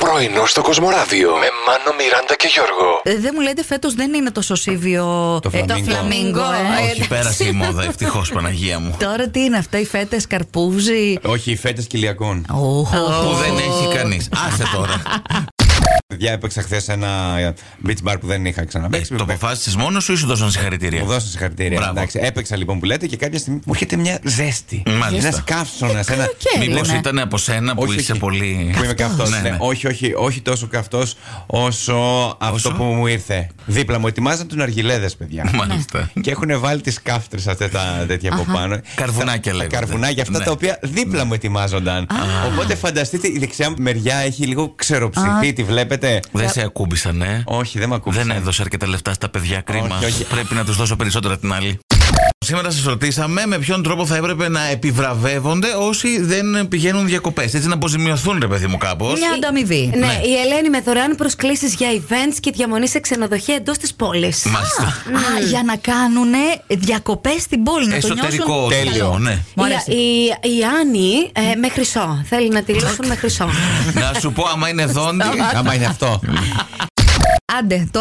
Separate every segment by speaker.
Speaker 1: Πρωινό στο Κοσμοράδιο με Μάνο, Μιράντα και Γιώργο.
Speaker 2: Ε, Δεν μου λέτε φέτος δεν είναι τόσο σίβιο
Speaker 3: Το
Speaker 2: ε,
Speaker 3: φλαμίγκο.
Speaker 2: φλαμίγκο, ε.
Speaker 3: Όχι, πέρασε η μόδα, ευτυχώς Παναγία μου.
Speaker 2: Τώρα τι είναι αυτά, οι φέτες, καρπούζι.
Speaker 3: Όχι, οι φέτες κοιλιακών.
Speaker 2: Οχ.
Speaker 3: Που δεν έχει κανείς. Άσε τώρα.
Speaker 4: Παιδιά, έπαιξα χθες ένα ε, beach bar που δεν είχα
Speaker 3: Ε,
Speaker 4: ξαναπέξει.
Speaker 3: Το αποφάσισες μόνος σου ή σου δώσαν συγχαρητήρια.
Speaker 4: Μου δώσαν συγχαρητήρια.
Speaker 3: Μπράβο.
Speaker 4: Εντάξει, έπαιξα λοιπόν που λέτε και κάποια στιγμή μου έρχεται μια ζέστη.
Speaker 3: Μάλιστα.
Speaker 4: Ένας καύσωνας. Ένα...
Speaker 2: καλοκαίρι.
Speaker 4: Λέμε,
Speaker 3: Μήπω
Speaker 2: Ναι.
Speaker 3: ήταν από σένα που
Speaker 4: όχι,
Speaker 3: είσαι
Speaker 4: όχι.
Speaker 3: πολύ.
Speaker 4: Που είμαι καυτός.
Speaker 3: Ναι, ναι.
Speaker 4: Όχι, όχι, όχι τόσο καυτός όσο αυτό που μου ήρθε. Δίπλα μου ετοιμάζαν τους αργιλέδε, παιδιά.
Speaker 3: Μάλιστα.
Speaker 2: Ναι.
Speaker 4: και έχουν βάλει τις κάφτρε αυτά τα τέτοια από πάνω.
Speaker 3: Καρβουνάκια
Speaker 4: Τα- τα
Speaker 3: λέγονται.
Speaker 4: Καρβουνάκια αυτά
Speaker 3: Ναι.
Speaker 4: τα οποία δίπλα μου ετοιμάζονταν. Οπότε φανταστείτε, η δεξιά μου μεριά έχει λίγο ξεροψηθεί, τη βλέπετε.
Speaker 3: Δεν σε ακούμπησαν, ε.
Speaker 4: Όχι, δεν με ακούγεται.
Speaker 3: Δεν έδωσε αρκετά λεφτά στα παιδιά, κρίμα.
Speaker 4: Όχι, όχι.
Speaker 3: Πρέπει να τους δώσω περισσότερα την άλλη. Σήμερα σας ρωτήσαμε με ποιον τρόπο θα έπρεπε να επιβραβεύονται όσοι δεν πηγαίνουν διακοπές. Έτσι να αποζημιωθούν, ρε παιδί μου, κάπως.
Speaker 2: Μια ανταμοιβή.
Speaker 5: Ναι, η Ελένη με δωρεάν προσκλήσεις για events και διαμονή σε ξενοδοχεία εντός της πόλης.
Speaker 3: Μάλιστα.
Speaker 2: Α, για να κάνουν διακοπές στην πόλη. Να το
Speaker 3: Εσωτερικό
Speaker 2: νιώσουν.
Speaker 3: τέλειο, ναι.
Speaker 2: Μ'
Speaker 5: Η,
Speaker 2: αρέσει.
Speaker 5: η, η Άννη ε, με χρυσό. Θέλει να τη λύσουν με χρυσό.
Speaker 3: Να σου πω, άμα είναι δόντι.
Speaker 4: Άμα είναι αυτό.
Speaker 2: Άντε, το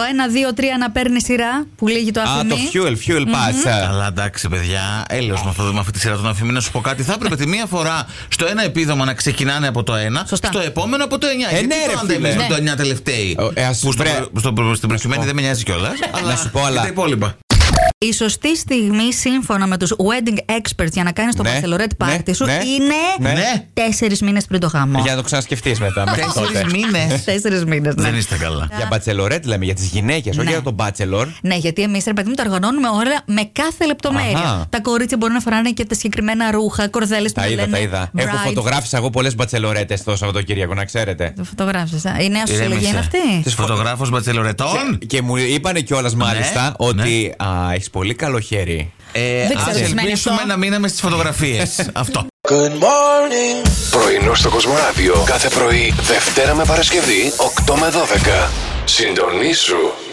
Speaker 2: 1, 2, 3 να παίρνει σειρά που λύγει το
Speaker 4: Α,
Speaker 2: αφημί.
Speaker 4: το fuel, fuel pass. Α,
Speaker 3: Αλλά εντάξει, παιδιά, έλεος με αυτό με αυτή τη σειρά των αφημί να σου πω κάτι. Θα έπρεπε τη μία φορά στο ένα επίδομα να ξεκινάνε από το ένα,
Speaker 2: Σωστά.
Speaker 3: στο επόμενο από το 9.
Speaker 4: Ε,
Speaker 3: Γιατί
Speaker 4: ναι,
Speaker 3: το
Speaker 4: ρε,
Speaker 3: αντέμεις
Speaker 4: φίλε.
Speaker 3: με το 9 τελευταίοι.
Speaker 4: Ο, ε, ας
Speaker 3: που στο,
Speaker 4: βρε-
Speaker 3: προ- στο, προ- στην προκειμένη
Speaker 4: πω.
Speaker 3: δεν με νοιάζει κιόλας.
Speaker 4: Να σου πω, αλλά-
Speaker 3: Τα υπόλοιπα.
Speaker 2: Η σωστή στιγμή σύμφωνα με τους wedding experts για να κάνεις το
Speaker 4: Ναι,
Speaker 2: bachelorette
Speaker 4: ναι,
Speaker 2: party σου
Speaker 4: ναι,
Speaker 2: είναι
Speaker 3: ναι.
Speaker 2: τέσσερις μήνες πριν το γάμο.
Speaker 4: Για να το ξανασκεφτείς μετά. μέχρι τότε. Ναι.
Speaker 3: Τέσσερις μήνες.
Speaker 2: Τέσσερι μήνε,
Speaker 3: Δεν είστε καλά.
Speaker 4: Για μπατσελορέτ λέμε, για τις γυναίκες, όχι
Speaker 2: Ναι.
Speaker 4: για τον μπάτσελορ.
Speaker 2: Ναι, γιατί εμείς ρε παιδί μου τα οργανώνουμε όλα με κάθε λεπτομέρεια.
Speaker 4: Αχα.
Speaker 2: Τα κορίτσια μπορεί να φοράνε και τα συγκεκριμένα ρούχα, κορδέλες που
Speaker 4: Τα είδα, τα είδα. Έχω φωτογράφησα εγώ πολλές μπατσελορέτε το Σαββατοκύριακο, να
Speaker 3: Ναι.
Speaker 4: ξέρετε.
Speaker 2: Φωτογράφησε. Η νέα σου συλλογή είναι
Speaker 3: Ηρέμησε.
Speaker 2: αυτή.
Speaker 3: Της Φωτογράφος μπατσελορετών.
Speaker 4: Και μου είπανε κιόλας μάλιστα
Speaker 3: Ναι,
Speaker 4: ότι α, έχεις πολύ καλό χέρι.
Speaker 3: Ε,
Speaker 2: Δεν
Speaker 3: ας
Speaker 2: ξέρω τι σημαίνει
Speaker 3: ελπίσουμε
Speaker 2: αυτό.
Speaker 3: να μείναμε στις φωτογραφίες. Αυτό.
Speaker 1: Πρωινό στο Κοσμοράδιο κάθε πρωί, Δευτέρα με Παρασκευή, 8 με 12. Συντονίσου